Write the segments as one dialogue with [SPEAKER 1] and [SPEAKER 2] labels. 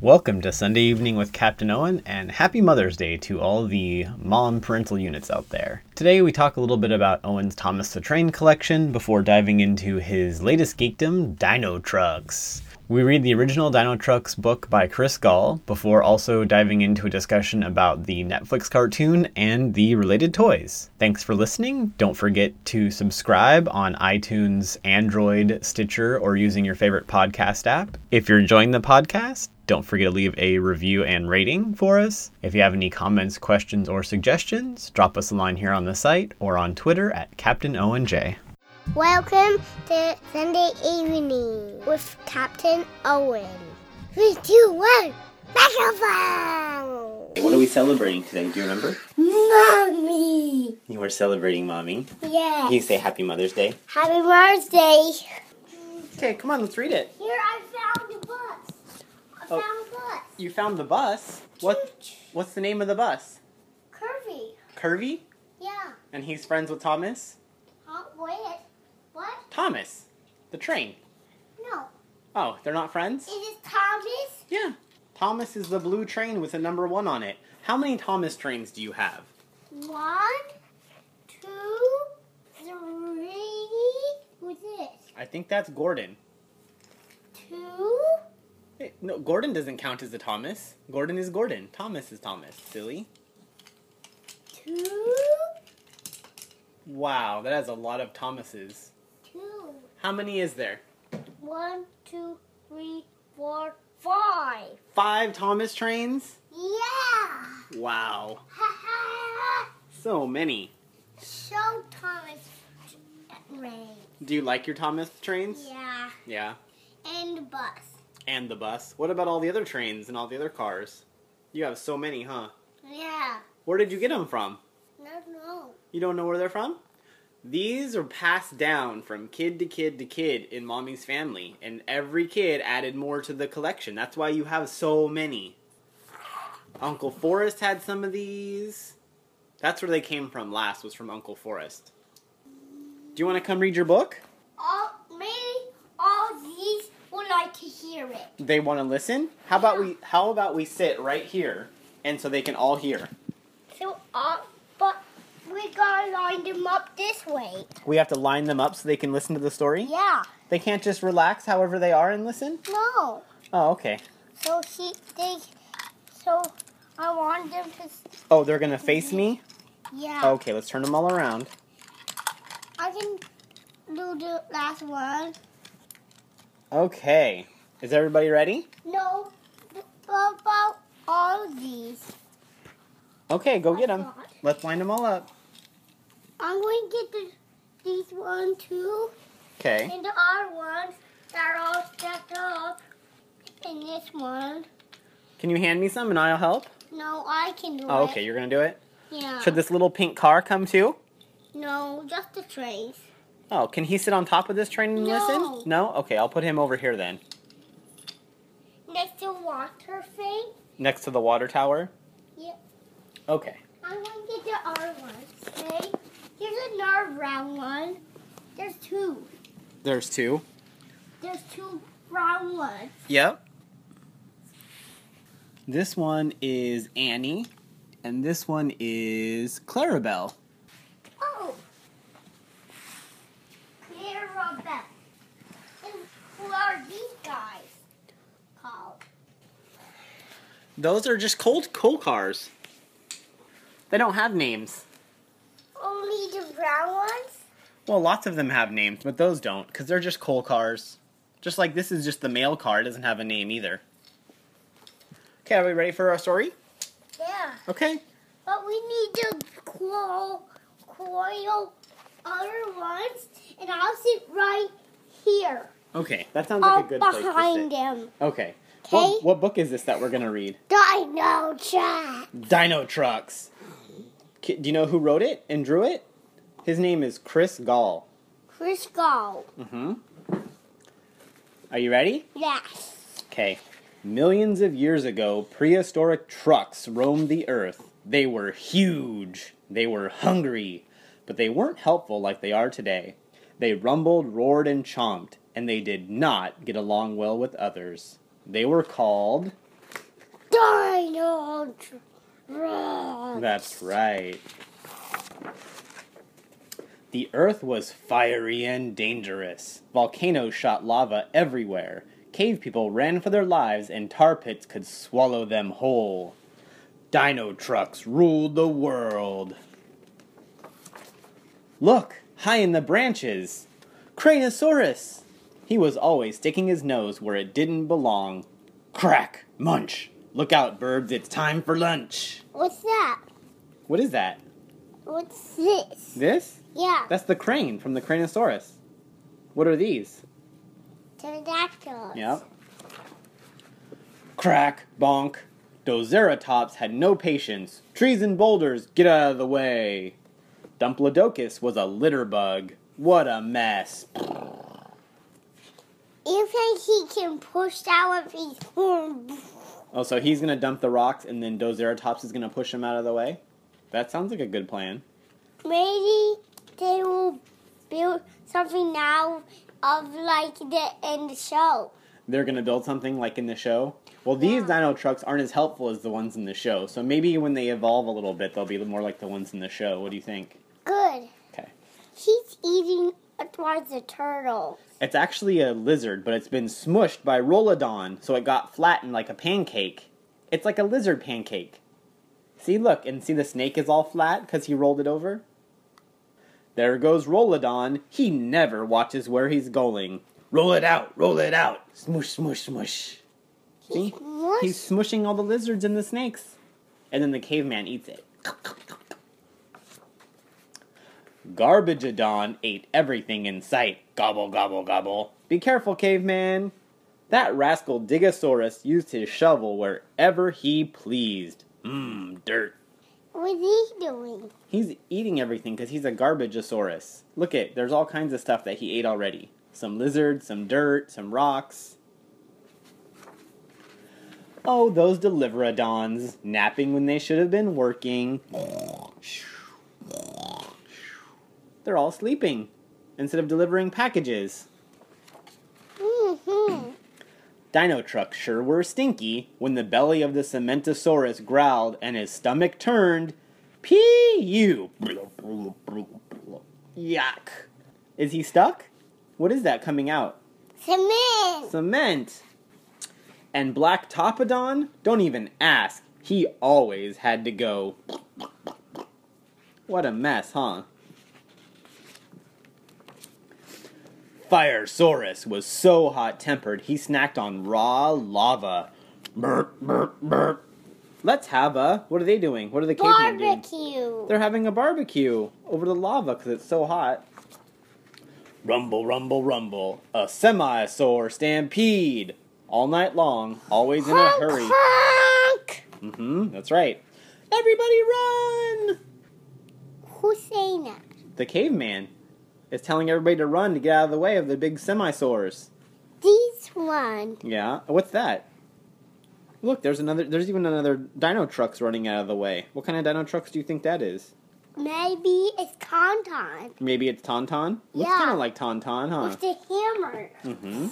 [SPEAKER 1] Welcome to Sunday Evening with Captain Owen, and happy Mother's Day to all the mom parental units out there. Today, we talk a little bit about Owen's Thomas the Train collection before diving into his latest geekdom, Dino Trucks. We read the original Dino Trucks book by Chris Gall before also diving into a discussion about the Netflix cartoon and the related toys. Thanks for listening. Don't forget to subscribe on iTunes, Android, Stitcher, or using your favorite podcast app. If you're enjoying the podcast, don't forget to leave a review and rating for us. If you have any comments, questions, or suggestions, drop us a line here on the site or on Twitter at Captain ONJ.
[SPEAKER 2] Welcome to Sunday Evening with Captain Owen. Three, two, one, microphone!
[SPEAKER 1] What are we celebrating today? Do you remember?
[SPEAKER 2] Mommy!
[SPEAKER 1] You were celebrating Mommy.
[SPEAKER 2] Yeah.
[SPEAKER 1] Can you say Happy Mother's Day?
[SPEAKER 2] Happy Mother's Day.
[SPEAKER 1] Okay, come on, let's read it.
[SPEAKER 2] Here, I found the bus. I
[SPEAKER 1] Oh.
[SPEAKER 2] found the bus.
[SPEAKER 1] You found the bus. What? What's the name of the bus?
[SPEAKER 2] Curvy.
[SPEAKER 1] Curvy,
[SPEAKER 2] Yeah.
[SPEAKER 1] and he's friends with Thomas.
[SPEAKER 2] Huh? Wait. What?
[SPEAKER 1] Thomas, the train.
[SPEAKER 2] No.
[SPEAKER 1] Oh, they're not friends.
[SPEAKER 2] It is Thomas.
[SPEAKER 1] Yeah. Thomas is the blue train with the number one on it. How many Thomas trains do you have?
[SPEAKER 2] One, two, three. Who's this?
[SPEAKER 1] I think that's Gordon.
[SPEAKER 2] Two.
[SPEAKER 1] Hey, no, Gordon doesn't count as a Thomas. Gordon is Gordon. Thomas is Thomas. Silly.
[SPEAKER 2] Two.
[SPEAKER 1] Wow, that has a lot of Thomases.
[SPEAKER 2] Two.
[SPEAKER 1] How many is there?
[SPEAKER 2] One, two, three, four, five.
[SPEAKER 1] Five Thomas trains?
[SPEAKER 2] Yeah!
[SPEAKER 1] Wow.
[SPEAKER 2] Ha ha!
[SPEAKER 1] So many.
[SPEAKER 2] Show Thomas Ray.
[SPEAKER 1] Do you like your Thomas trains?
[SPEAKER 2] Yeah.
[SPEAKER 1] Yeah.
[SPEAKER 2] And the bus.
[SPEAKER 1] And the bus. What about all the other trains and all the other cars? You have so many, huh?
[SPEAKER 2] Yeah.
[SPEAKER 1] Where did you get them from?
[SPEAKER 2] No, no.
[SPEAKER 1] You don't know where they're from? These are passed down from kid to kid to kid in mommy's family, and every kid added more to the collection. That's why you have so many. Uncle Forrest had some of these. That's where they came from last, was from Uncle Forrest. Do you want to come read your book?
[SPEAKER 2] All, maybe all these would like to hear it.
[SPEAKER 1] They want to listen? How about we how about we sit right here and so they can all hear?
[SPEAKER 2] So, uh, but we gotta line them up this way.
[SPEAKER 1] We have to line them up so they can listen to the story?
[SPEAKER 2] Yeah.
[SPEAKER 1] They can't just relax however they are and listen?
[SPEAKER 2] No.
[SPEAKER 1] Oh, okay.
[SPEAKER 2] So he, they, so I want them to, s-
[SPEAKER 1] Oh, they're gonna face me?
[SPEAKER 2] yeah.
[SPEAKER 1] Okay, let's turn them all around.
[SPEAKER 2] I can do the last one.
[SPEAKER 1] Okay. Is everybody ready?
[SPEAKER 2] No, b- about all these.
[SPEAKER 1] Okay, go get them. Let's line them all up.
[SPEAKER 2] I'm going to get the, these one too,
[SPEAKER 1] Okay.
[SPEAKER 2] and the other ones that are all stacked up, and this one.
[SPEAKER 1] Can you hand me some and I'll help?
[SPEAKER 2] No, I can do
[SPEAKER 1] Oh,
[SPEAKER 2] it.
[SPEAKER 1] okay, you're gonna do it?
[SPEAKER 2] Yeah.
[SPEAKER 1] Should this little pink car come too?
[SPEAKER 2] No, just the trains.
[SPEAKER 1] Oh, can he sit on top of this train and
[SPEAKER 2] No.
[SPEAKER 1] listen? No? Okay, I'll put him over here then.
[SPEAKER 2] Next to water thing.
[SPEAKER 1] Next to the water tower?
[SPEAKER 2] Yeah.
[SPEAKER 1] Okay.
[SPEAKER 2] I'm going to get the other ones. Okay. Here's another brown one. There's two.
[SPEAKER 1] There's two.
[SPEAKER 2] There's two brown ones.
[SPEAKER 1] Yep. This one is Annie, and this one is Clarabelle.
[SPEAKER 2] Oh. Clarabelle. And who are these guys called?
[SPEAKER 1] Those are just cold coal cars. They don't have names.
[SPEAKER 2] Only Oh, the brown ones?
[SPEAKER 1] Well, lots of them have names, but those don't, because they're just coal cars. Just like this is just the mail car, it doesn't have a name either. Okay, are we ready for our story?
[SPEAKER 2] Yeah.
[SPEAKER 1] Okay.
[SPEAKER 2] But we need the coil, coil other ones, and I'll sit right here.
[SPEAKER 1] Okay, that sounds
[SPEAKER 2] All
[SPEAKER 1] like a good place to sit.
[SPEAKER 2] behind them.
[SPEAKER 1] Okay.
[SPEAKER 2] Okay.
[SPEAKER 1] What, what book is this that we're gonna read?
[SPEAKER 2] Dino chat.
[SPEAKER 1] Dino Trucks. Ki- Do you know who wrote it and drew it? His name is Chris Gall.
[SPEAKER 2] Chris Gall.
[SPEAKER 1] Mm-hmm. Are you ready?
[SPEAKER 2] Yes.
[SPEAKER 1] Okay. Millions of years ago, prehistoric trucks roamed the earth. They were huge. They were hungry. But they weren't helpful like they are today. They rumbled, roared, and chomped, and they did not get along well with others. They were called
[SPEAKER 2] Dino Truck.
[SPEAKER 1] That's right. The earth was fiery and dangerous. Volcanoes shot lava everywhere. Cave people ran for their lives, and tar pits could swallow them whole. Dino trucks ruled the world. Look, high in the branches. Cranosaurus! He was always sticking his nose where it didn't belong. Crack! Munch! Look out, birds, it's time for lunch!
[SPEAKER 2] What's that?
[SPEAKER 1] What is that?
[SPEAKER 2] What's this?
[SPEAKER 1] This?
[SPEAKER 2] Yeah,
[SPEAKER 1] That's the crane from the Cranosaurus. What are these?
[SPEAKER 2] pterodactyls.
[SPEAKER 1] Yep. Crack, bonk. Doceratops had no patience. Trees and boulders, get out of the way. Dumplodocus was a litter bug. What a mess.
[SPEAKER 2] You think he can push out of his horn?
[SPEAKER 1] Oh, so he's gonna dump the rocks and then Doceratops is gonna push him out of the way? That sounds like a good plan.
[SPEAKER 2] Maybe they will build something now of like the in the show.
[SPEAKER 1] They're gonna build something like in the show. Well, these dino trucks aren't as helpful as the ones in the show, so maybe when they evolve a little bit, they'll be more like the ones in the show. What do you think?
[SPEAKER 2] Good.
[SPEAKER 1] Okay.
[SPEAKER 2] He's eating towards the turtle.
[SPEAKER 1] It's actually a lizard, but it's been smushed by Rolodon, so it got flattened like a pancake. It's like a lizard pancake. See, look, and see the snake is all flat because he rolled it over? There goes Rolodon. He never watches where he's going. Roll it out, roll it out. Smush, smush, smush. See?
[SPEAKER 2] What?
[SPEAKER 1] He's smushing all the lizards and the snakes. And then the caveman eats it. Garbageadon ate everything in sight. Gobble, gobble, gobble. Be careful, caveman. That rascal Digosaurus used his shovel wherever he pleased. Mmm, dirt.
[SPEAKER 2] What is he doing?
[SPEAKER 1] He's eating everything because he's a garbageosaurus. Look at, there's all kinds of stuff that he ate already. Some lizards, some dirt, some rocks. Oh, those deliverodons, napping when they should have been working. They're all sleeping instead of delivering packages.
[SPEAKER 2] hmm
[SPEAKER 1] Dino trucks sure were stinky when the belly of the Cementosaurus growled and his stomach turned. P.U. Yuck. Is he stuck? What is that coming out?
[SPEAKER 2] Cement.
[SPEAKER 1] Cement. And Black Topodon? Don't even ask. He always had to go. What a mess, huh? Firesaurus was so hot tempered he snacked on raw lava. Burp, burp, burp. Let's have a. What are they doing? What are the cavemen doing?
[SPEAKER 2] Barbecue.
[SPEAKER 1] They're having a barbecue over the lava because it's so hot. Rumble, rumble, rumble. A semi sore stampede. All night long, always in a
[SPEAKER 2] Honk,
[SPEAKER 1] hurry.
[SPEAKER 2] honk.
[SPEAKER 1] hmm that's right. Everybody run!
[SPEAKER 2] Who's saying that?
[SPEAKER 1] The caveman is telling everybody to run to get out of the way of the big semi-sores.
[SPEAKER 2] This one.
[SPEAKER 1] Yeah, what's that? Look, there's another. There's even another dino trucks running out of the way. What kind of dino trucks do you think that is?
[SPEAKER 2] Maybe it's Tauntaun
[SPEAKER 1] Maybe it's Tauntaun. Looks
[SPEAKER 2] Yeah.
[SPEAKER 1] kind of like Tauntaun, huh?
[SPEAKER 2] with the hammer.
[SPEAKER 1] Mm-hmm.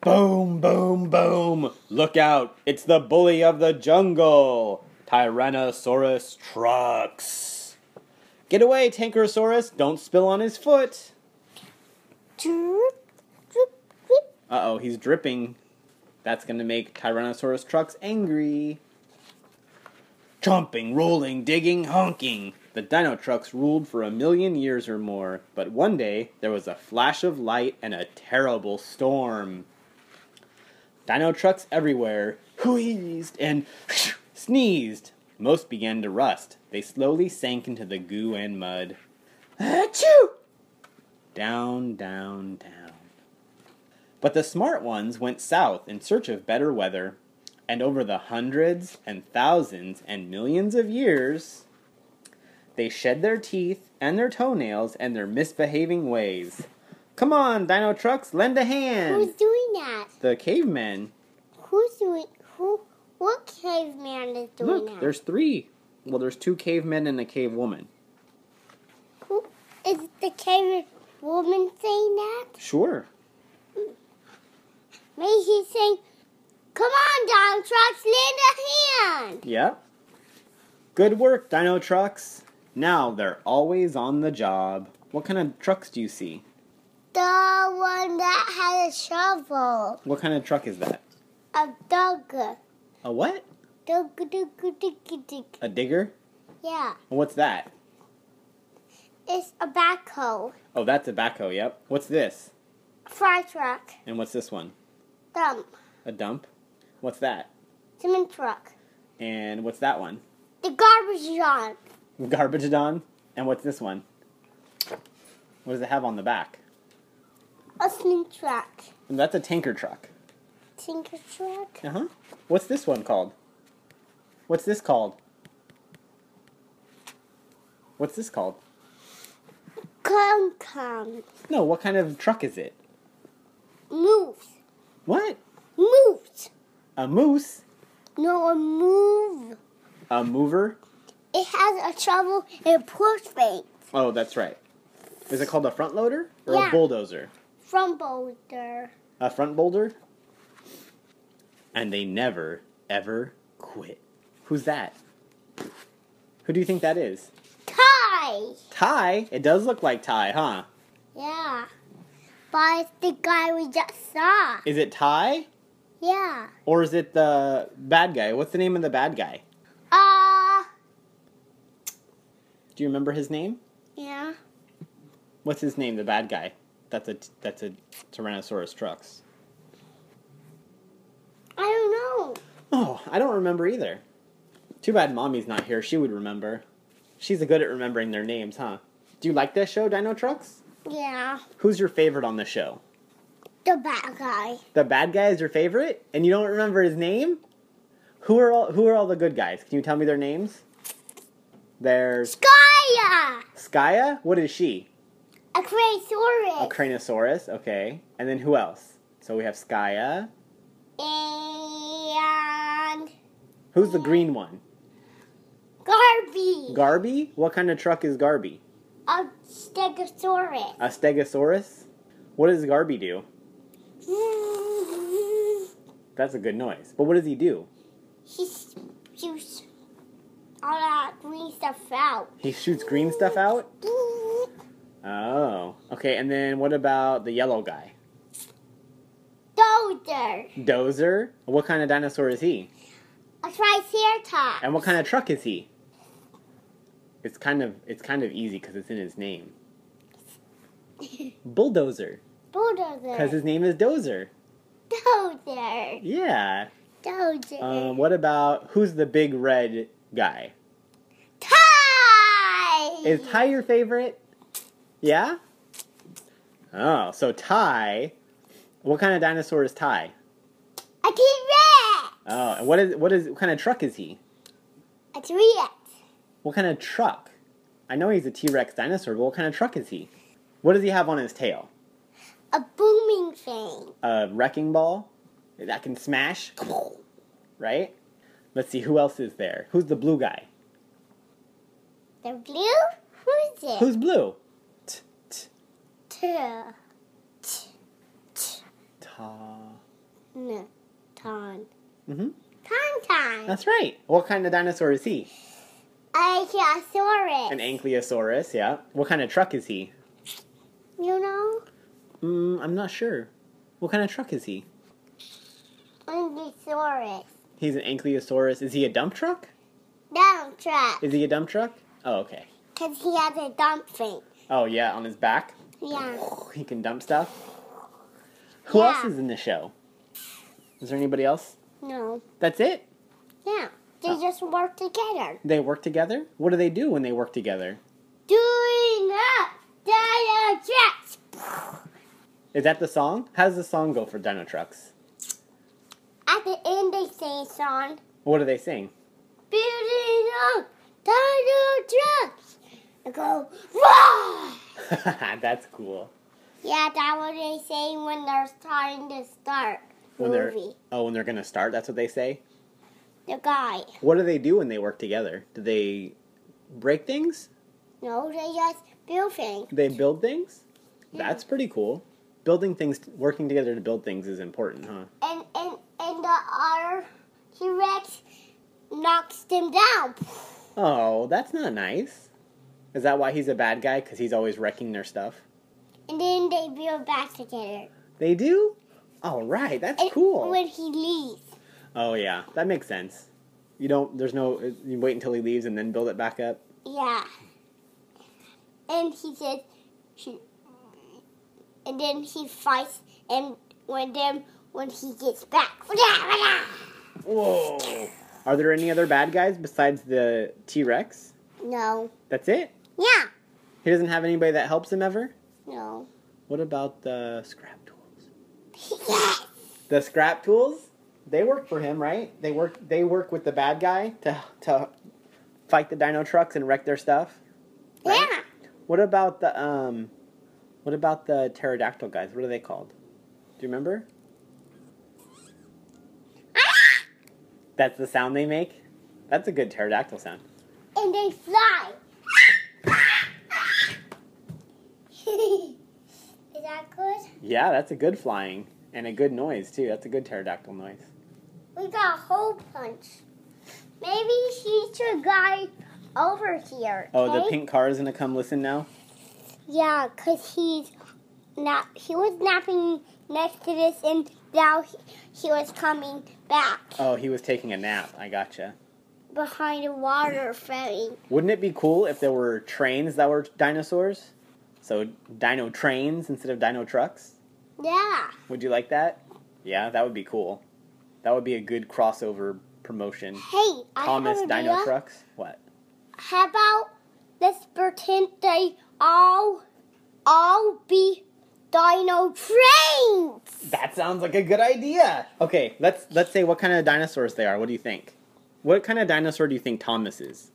[SPEAKER 1] Boom, boom, boom! Look out! It's the bully of the jungle! Tyrannosaurus trucks! Get away, Tankerosaurus! Don't spill on his foot!
[SPEAKER 2] drip, drip, drip.
[SPEAKER 1] Uh oh, he's dripping. That's gonna make Tyrannosaurus trucks angry. Chomping, rolling, digging, honking! The dino trucks ruled for a million years or more, but one day there was a flash of light and a terrible storm. Dino trucks everywhere wheezed and sneezed. Most began to rust. They slowly sank into the goo and mud. Achoo! Down, down, down. But the smart ones went south in search of better weather, and over the hundreds and thousands and millions of years, they shed their teeth and their toenails and their misbehaving ways. Come on, dino trucks, lend a
[SPEAKER 2] Who's
[SPEAKER 1] hand!
[SPEAKER 2] doing that?
[SPEAKER 1] The cavemen.
[SPEAKER 2] Who's doing who? What caveman is doing
[SPEAKER 1] Look,
[SPEAKER 2] that?
[SPEAKER 1] there's three. Well, there's two cavemen and a cave woman.
[SPEAKER 2] Who is the caveman woman saying that?
[SPEAKER 1] Sure.
[SPEAKER 2] Maybe he's saying, "Come on, dino Trucks lend a hand.
[SPEAKER 1] Yeah. Good work, Dino Trucks. Now they're always on the job. What kind of trucks do you see?
[SPEAKER 2] The one that had a shovel.
[SPEAKER 1] What kind of truck is that?
[SPEAKER 2] A dog.
[SPEAKER 1] A what?
[SPEAKER 2] Dog, dog, dig, dig.
[SPEAKER 1] A digger?
[SPEAKER 2] Yeah.
[SPEAKER 1] What's that?
[SPEAKER 2] It's a backhoe.
[SPEAKER 1] Oh, that's a backhoe, yep. What's this?
[SPEAKER 2] Fry truck.
[SPEAKER 1] And what's this one?
[SPEAKER 2] Dump.
[SPEAKER 1] A dump? What's that?
[SPEAKER 2] Cement truck.
[SPEAKER 1] And what's that one?
[SPEAKER 2] The garbage truck.
[SPEAKER 1] Garbage Don? And what's this one? What does it have on the back?
[SPEAKER 2] A cement truck.
[SPEAKER 1] And that's a tanker truck.
[SPEAKER 2] Tinker truck.
[SPEAKER 1] Uh huh. What's this one called? What's this called? What's this called?
[SPEAKER 2] Come, come.
[SPEAKER 1] No, what kind of truck is it?
[SPEAKER 2] Moves.
[SPEAKER 1] What?
[SPEAKER 2] Moves.
[SPEAKER 1] A moose?
[SPEAKER 2] No, a move.
[SPEAKER 1] A mover?
[SPEAKER 2] It has a shovel and a push thing
[SPEAKER 1] Oh, that's right. Is it called a front loader or a
[SPEAKER 2] Yeah.
[SPEAKER 1] bulldozer?
[SPEAKER 2] from Boulder.
[SPEAKER 1] A front boulder? And they never, ever quit. Who's that? Who do you think that is?
[SPEAKER 2] Tie.
[SPEAKER 1] Ty? It does look like Ty, huh?
[SPEAKER 2] Yeah. But it's the guy we just saw.
[SPEAKER 1] Is it Ty?
[SPEAKER 2] Yeah.
[SPEAKER 1] Or is it the bad guy? What's the name of the bad guy?
[SPEAKER 2] Uh,
[SPEAKER 1] Do you remember his name?
[SPEAKER 2] yeah.
[SPEAKER 1] What's his name? The bad guy. That's a that's a Tyrannosaurus Trucks.
[SPEAKER 2] I don't know.
[SPEAKER 1] Oh, I don't remember either. Too bad mommy's not here. She would remember. She's good at remembering their names, huh? Do you like that show, Dino Trucks?
[SPEAKER 2] Yeah.
[SPEAKER 1] Who's your favorite on the show?
[SPEAKER 2] The bad guy.
[SPEAKER 1] The bad guy is your favorite, and you don't remember his name? Who are all Who are all the good guys? Can you tell me their names? There's
[SPEAKER 2] Gaia!
[SPEAKER 1] Skaya. What is she?
[SPEAKER 2] A
[SPEAKER 1] A
[SPEAKER 2] Cratosaurus.
[SPEAKER 1] Cranosaurus. Okay, and then who else? So we have Skaya.
[SPEAKER 2] and
[SPEAKER 1] Who's the green one?
[SPEAKER 2] Garby.
[SPEAKER 1] Garby? What kind of truck is Garby?
[SPEAKER 2] a Stegosaurus.
[SPEAKER 1] A Stegosaurus? What does Garby do? That's a good noise. But what does he do?
[SPEAKER 2] he shoots all that green stuff out.
[SPEAKER 1] He shoots green stuff out? Oh. Okay, and then what about the yellow guy?
[SPEAKER 2] Dozer.
[SPEAKER 1] Dozer? What kind of dinosaur is he?
[SPEAKER 2] A Triceratops.
[SPEAKER 1] And what kind of truck is he? It's kind of it's kind of easy cuz it's in his name. Bulldozer. Cuz
[SPEAKER 2] Bulldozer.
[SPEAKER 1] his name is Dozer.
[SPEAKER 2] Dozer.
[SPEAKER 1] Yeah.
[SPEAKER 2] Dozer.
[SPEAKER 1] Um, what about who's the big red guy?
[SPEAKER 2] Tie.
[SPEAKER 1] Is Ty your favorite? Yeah? Oh, so Ty. What kind of dinosaur is Ty?
[SPEAKER 2] a T-Rex.
[SPEAKER 1] Oh, and what is what is what kind of truck is he?
[SPEAKER 2] A T-Rex.
[SPEAKER 1] What kind of truck? I know he's a T-Rex dinosaur, but what kind of truck is he? What does he have on his tail?
[SPEAKER 2] A booming thing.
[SPEAKER 1] A wrecking ball that can smash, right? Let's see who else is there. Who's the blue guy?
[SPEAKER 2] The blue? Who's it?
[SPEAKER 1] Who's blue? T t
[SPEAKER 2] Two. T- t-
[SPEAKER 1] ta.
[SPEAKER 2] n- Ton.
[SPEAKER 1] Mm-hmm.
[SPEAKER 2] Ton ton.
[SPEAKER 1] That's right. What kind of dinosaur is he?
[SPEAKER 2] Ichthyosaurus.
[SPEAKER 1] An ankylosaurus, yeah. What kind of truck is he?
[SPEAKER 2] You know?
[SPEAKER 1] Mm, I'm not sure. What kind of truck is he?
[SPEAKER 2] Ankylosaurus.
[SPEAKER 1] He's an ankylosaurus. Is he a dump truck?
[SPEAKER 2] Dump truck.
[SPEAKER 1] Is he a dump truck? Oh, okay.
[SPEAKER 2] Because he has a dump thing.
[SPEAKER 1] Oh, yeah, on his back.
[SPEAKER 2] Yeah.
[SPEAKER 1] He can dump stuff. Who
[SPEAKER 2] Yeah.
[SPEAKER 1] else is in the show? Is there anybody else?
[SPEAKER 2] No.
[SPEAKER 1] That's it?
[SPEAKER 2] Yeah. They
[SPEAKER 1] Oh.
[SPEAKER 2] just work together.
[SPEAKER 1] They work together? What do they do when they work together?
[SPEAKER 2] Doing up dino trucks.
[SPEAKER 1] Is that the song? How does the song go for Dino Trucks?
[SPEAKER 2] At the end, they sing a song.
[SPEAKER 1] What do they sing?
[SPEAKER 2] Building up dino trucks. I go, roar!
[SPEAKER 1] That's cool.
[SPEAKER 2] Yeah, that's what they say when they're starting to start
[SPEAKER 1] When they're
[SPEAKER 2] movie.
[SPEAKER 1] oh, when they're gonna start, that's what they say.
[SPEAKER 2] The guy.
[SPEAKER 1] What do they do when they work together? Do they break things?
[SPEAKER 2] No, they just build things.
[SPEAKER 1] They build things? That's pretty cool. Building things, working together to build things is important, huh?
[SPEAKER 2] And and and the other he knocked him down.
[SPEAKER 1] Oh, that's not nice. Is that why he's a bad guy? Because he's always wrecking their stuff?
[SPEAKER 2] And then they build back together.
[SPEAKER 1] They do? All right, that's
[SPEAKER 2] And
[SPEAKER 1] cool.
[SPEAKER 2] When he leaves.
[SPEAKER 1] oh, yeah, that makes sense. You don't, there's no, you wait until he leaves and then build it back up?
[SPEAKER 2] Yeah. And he says, she, and then he fights and when them when he gets back.
[SPEAKER 1] Whoa. Are there any other bad guys besides the T Rex?
[SPEAKER 2] No.
[SPEAKER 1] That's it?
[SPEAKER 2] Yeah.
[SPEAKER 1] He doesn't have anybody that helps him ever?
[SPEAKER 2] No.
[SPEAKER 1] What about the scrap tools?
[SPEAKER 2] Yes.
[SPEAKER 1] The scrap tools? They work for him, right? They work they work with the bad guy to to fight the dino trucks and wreck their stuff. Right?
[SPEAKER 2] Yeah.
[SPEAKER 1] What about the um what about the pterodactyl guys? What are they called? Do you remember?
[SPEAKER 2] Ah!
[SPEAKER 1] That's the sound they make? That's a good pterodactyl sound.
[SPEAKER 2] And they fly. Is that good?
[SPEAKER 1] Yeah, that's a good flying and a good noise too. That's a good pterodactyl noise.
[SPEAKER 2] We got a hole punch. Maybe she should guide over here.
[SPEAKER 1] Oh, the
[SPEAKER 2] okay?
[SPEAKER 1] pink car is gonna come listen now.
[SPEAKER 2] Yeah, cause he's not. He was napping next to this, and now he, he was coming back
[SPEAKER 1] Oh, he was taking a nap. I gotcha.
[SPEAKER 2] behind the water ferry.
[SPEAKER 1] Wouldn't it be cool if there were trains that were dinosaurs? So dino trains instead of dino trucks.
[SPEAKER 2] Yeah,
[SPEAKER 1] Would you like that? Yeah, that would be cool. That would be a good crossover promotion.
[SPEAKER 2] hey, I
[SPEAKER 1] Thomas
[SPEAKER 2] have an
[SPEAKER 1] Dino
[SPEAKER 2] idea.
[SPEAKER 1] Trucks. What?
[SPEAKER 2] How about let's pretend they all all be dino trains?
[SPEAKER 1] That sounds like a good idea. Okay, let's let's say what kind of dinosaurs they are. What do you think? What kind of dinosaur do you think Thomas is?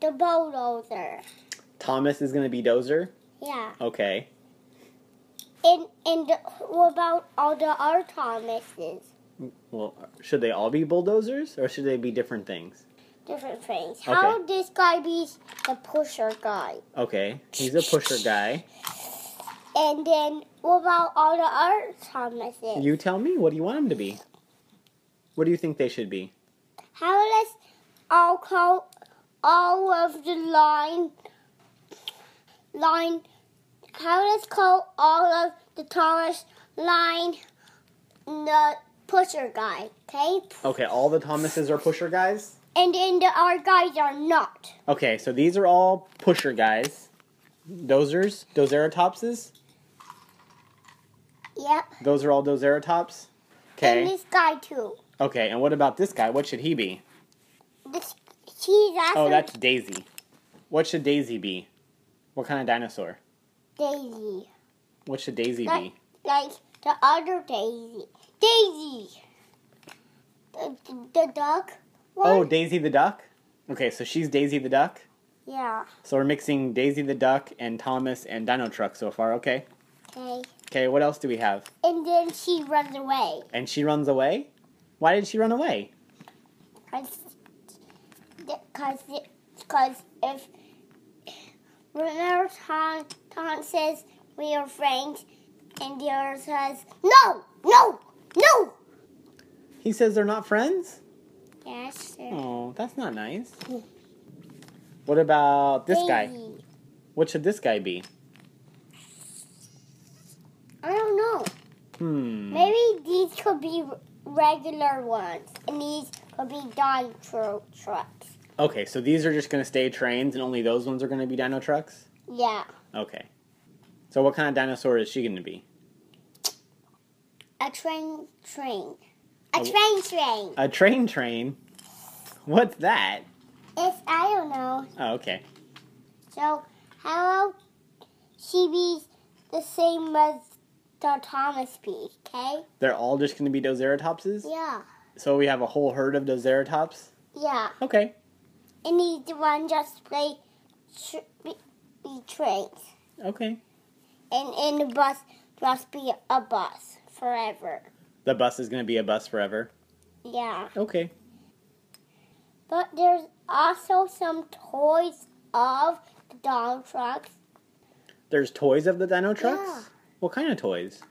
[SPEAKER 2] The bulldozer.
[SPEAKER 1] Thomas is gonna be Dozer.
[SPEAKER 2] Yeah,
[SPEAKER 1] Okay.
[SPEAKER 2] and and what about all the other Thomases?
[SPEAKER 1] Well, should they all be bulldozers or should they be different things?
[SPEAKER 2] Different things. How this guy be the pusher guy?
[SPEAKER 1] Okay, he's a pusher guy.
[SPEAKER 2] And then what about all the other Thomases?
[SPEAKER 1] You tell me, what do you want him to be? What do you think they should be?
[SPEAKER 2] How let's all call all of the line line how let's call all of the Thomas line the pusher guy, okay?
[SPEAKER 1] Okay, all the Thomases are pusher guys?
[SPEAKER 2] And then the other guys are not.
[SPEAKER 1] Okay, so these are all pusher guys. Dozers? Dozeratopses?
[SPEAKER 2] Yep.
[SPEAKER 1] Those are all Dozeratops?
[SPEAKER 2] And
[SPEAKER 1] Okay.
[SPEAKER 2] this guy too.
[SPEAKER 1] Okay, and what about this guy? What should he be?
[SPEAKER 2] This he's after
[SPEAKER 1] Oh, that's Daisy. What should Daisy be? What kind of dinosaur?
[SPEAKER 2] Daisy.
[SPEAKER 1] What should Daisy
[SPEAKER 2] Like,
[SPEAKER 1] be?
[SPEAKER 2] like the other Daisy. Daisy! The, the, the duck one?
[SPEAKER 1] Oh, Daisy the duck? Okay, so she's Daisy the duck?
[SPEAKER 2] yeah.
[SPEAKER 1] So we're mixing Daisy the Duck and Thomas and Dino Truck so far, okay?
[SPEAKER 2] Okay.
[SPEAKER 1] Okay, what else do we have?
[SPEAKER 2] And then she runs away.
[SPEAKER 1] And she runs away? Why did she run away?
[SPEAKER 2] Because because if. Remember, Tom, Tom says we are friends, and the other says, No! No! No!
[SPEAKER 1] He says they're not friends?
[SPEAKER 2] Yes, sir.
[SPEAKER 1] Oh, that's not nice. What about this guy?
[SPEAKER 2] Daisy.
[SPEAKER 1] What should this guy be?
[SPEAKER 2] I don't know.
[SPEAKER 1] Hmm.
[SPEAKER 2] Maybe these could be r- regular ones, and these could be Don Tro trucks.
[SPEAKER 1] Okay, so these are just gonna stay trains and only those ones are gonna be dino trucks?
[SPEAKER 2] Yeah,
[SPEAKER 1] Okay. So what kind of dinosaur is she gonna be?
[SPEAKER 2] a train train. A train train.
[SPEAKER 1] A train train? What's that?
[SPEAKER 2] It's, I don't know.
[SPEAKER 1] Oh, okay.
[SPEAKER 2] So, how will she be the same as the Thomas bee, okay?
[SPEAKER 1] They're all just gonna be Dozeratopses?
[SPEAKER 2] Yeah.
[SPEAKER 1] So we have a whole herd of Dozeratops?
[SPEAKER 2] Yeah.
[SPEAKER 1] Okay.
[SPEAKER 2] And he's the one just play tr- be, be trains.
[SPEAKER 1] Okay.
[SPEAKER 2] And in the bus, just be a bus forever.
[SPEAKER 1] The bus is gonna be a bus forever.
[SPEAKER 2] Yeah.
[SPEAKER 1] Okay.
[SPEAKER 2] But there's also some toys of the dog trucks.
[SPEAKER 1] There's toys of the dino trucks?
[SPEAKER 2] Yeah.
[SPEAKER 1] What kind of toys?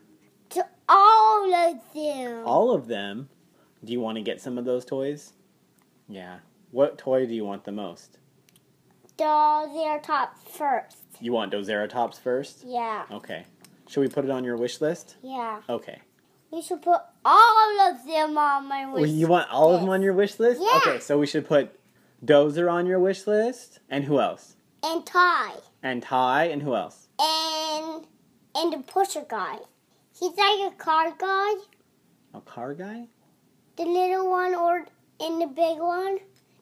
[SPEAKER 2] To all of them.
[SPEAKER 1] All of them. Do you want to get some of those toys? Yeah. What toy do you want the most?
[SPEAKER 2] Doll their top first.
[SPEAKER 1] You want Doceratops first?
[SPEAKER 2] Yeah.
[SPEAKER 1] Okay. Should we put it on your wish list?
[SPEAKER 2] Yeah.
[SPEAKER 1] Okay.
[SPEAKER 2] We should put all of them on my
[SPEAKER 1] Well,
[SPEAKER 2] wish.
[SPEAKER 1] you want all of them
[SPEAKER 2] list.
[SPEAKER 1] on your wish list?
[SPEAKER 2] Yeah.
[SPEAKER 1] Okay, so we should put Dozer on your wish list. And who else?
[SPEAKER 2] and Ty
[SPEAKER 1] And Ty, and who else?
[SPEAKER 2] and and the pusher guy. He's like a car guy,
[SPEAKER 1] A car guy?
[SPEAKER 2] the little one or in the big one.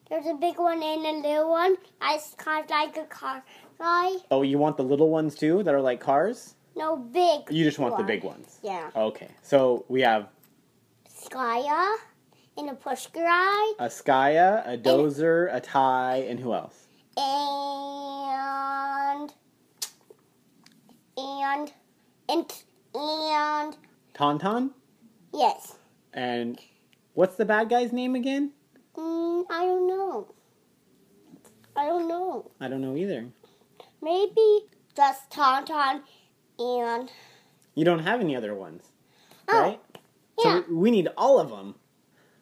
[SPEAKER 2] There's a big one and a little one. I s- kind of like a car guy.
[SPEAKER 1] Oh, you want the little ones too that are like cars?
[SPEAKER 2] No big.
[SPEAKER 1] You just want the big ones.
[SPEAKER 2] Yeah.
[SPEAKER 1] Okay, so we have
[SPEAKER 2] Skya and a push guy
[SPEAKER 1] a Skya, a Dozer, a Ty, and who else?
[SPEAKER 2] and and and and
[SPEAKER 1] Tauntaun?
[SPEAKER 2] yes.
[SPEAKER 1] And what's the bad guy's name again?
[SPEAKER 2] Mm, I don't know. I don't know.
[SPEAKER 1] I don't know either.
[SPEAKER 2] Maybe just Tauntaun and
[SPEAKER 1] You don't have any other ones,
[SPEAKER 2] oh
[SPEAKER 1] right?
[SPEAKER 2] yeah
[SPEAKER 1] So we- we need all of them.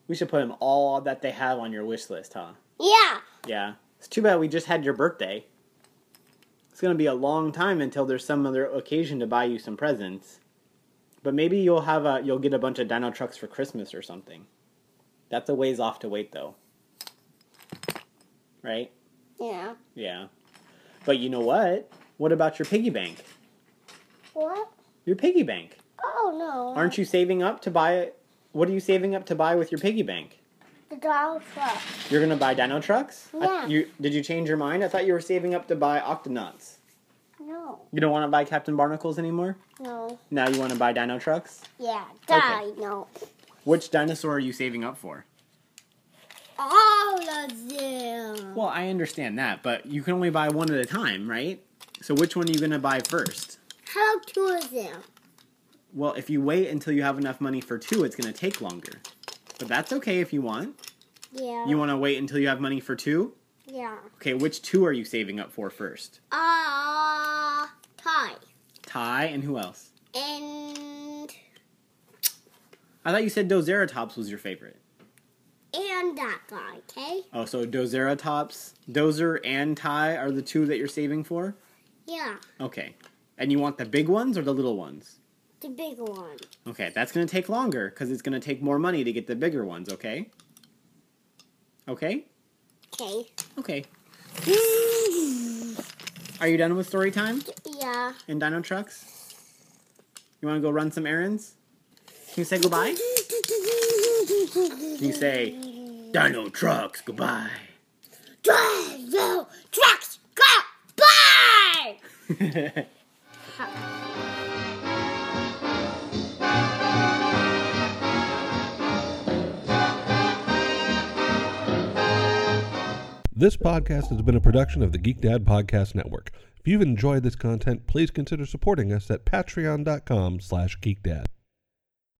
[SPEAKER 1] We should put them all that they have on your wish list, huh?
[SPEAKER 2] yeah
[SPEAKER 1] Yeah. It's too bad we just had your birthday. It's going to be a long time until there's some other occasion to buy you some presents. But maybe you'll have a you'll get a bunch of dino trucks for Christmas or something. That's a ways off to wait though. Right?
[SPEAKER 2] yeah.
[SPEAKER 1] Yeah. But you know what? What about your piggy bank?
[SPEAKER 2] What?
[SPEAKER 1] Your piggy bank.
[SPEAKER 2] Oh no!
[SPEAKER 1] Aren't you saving up to buy what are you saving up to buy with your piggy bank?
[SPEAKER 2] the dog truck?
[SPEAKER 1] You're gonna buy dino trucks? I-
[SPEAKER 2] Yeah.
[SPEAKER 1] you, did you change your mind? I thought you were saving up to buy octonauts.
[SPEAKER 2] No,
[SPEAKER 1] You don't want to buy Captain Barnacles anymore?
[SPEAKER 2] no.
[SPEAKER 1] Now you want to buy dino trucks?
[SPEAKER 2] Yeah, die. No,
[SPEAKER 1] Which dinosaur are you saving up for?
[SPEAKER 2] all of them.
[SPEAKER 1] Well, I understand that, but you can only buy one at a time, right? So which one are you going to buy first?
[SPEAKER 2] How about two of them?
[SPEAKER 1] Well, if you wait until you have enough money for two, it's going to take longer. But that's okay if you want.
[SPEAKER 2] Yeah.
[SPEAKER 1] You want to wait until you have money for two?
[SPEAKER 2] Yeah.
[SPEAKER 1] Okay, which two are you saving up for first?
[SPEAKER 2] Ah, uh, tie
[SPEAKER 1] Ty and who else?
[SPEAKER 2] and
[SPEAKER 1] I thought you said Doceratops was your favorite.
[SPEAKER 2] and that guy. Okay.
[SPEAKER 1] Oh, so Doceratops, Dozer, and Ty are the two that you're saving for?
[SPEAKER 2] Yeah,
[SPEAKER 1] Okay. And you want the big ones or the little ones?
[SPEAKER 2] the big one.
[SPEAKER 1] Okay, that's going to take longer because it's going to take more money to get the bigger ones, okay? Okay?
[SPEAKER 2] Okay.
[SPEAKER 1] Okay. Are you done with story time
[SPEAKER 2] yeah.
[SPEAKER 1] and dino trucks? You want to go run some errands? Can you say goodbye? Can you say, Dino trucks, goodbye?
[SPEAKER 2] Drive your trucks. Go. Bye.
[SPEAKER 3] This podcast has been a production of the Geek Dad Podcast Network. If you've enjoyed this content, please consider supporting us at patreon.com slash geekdad.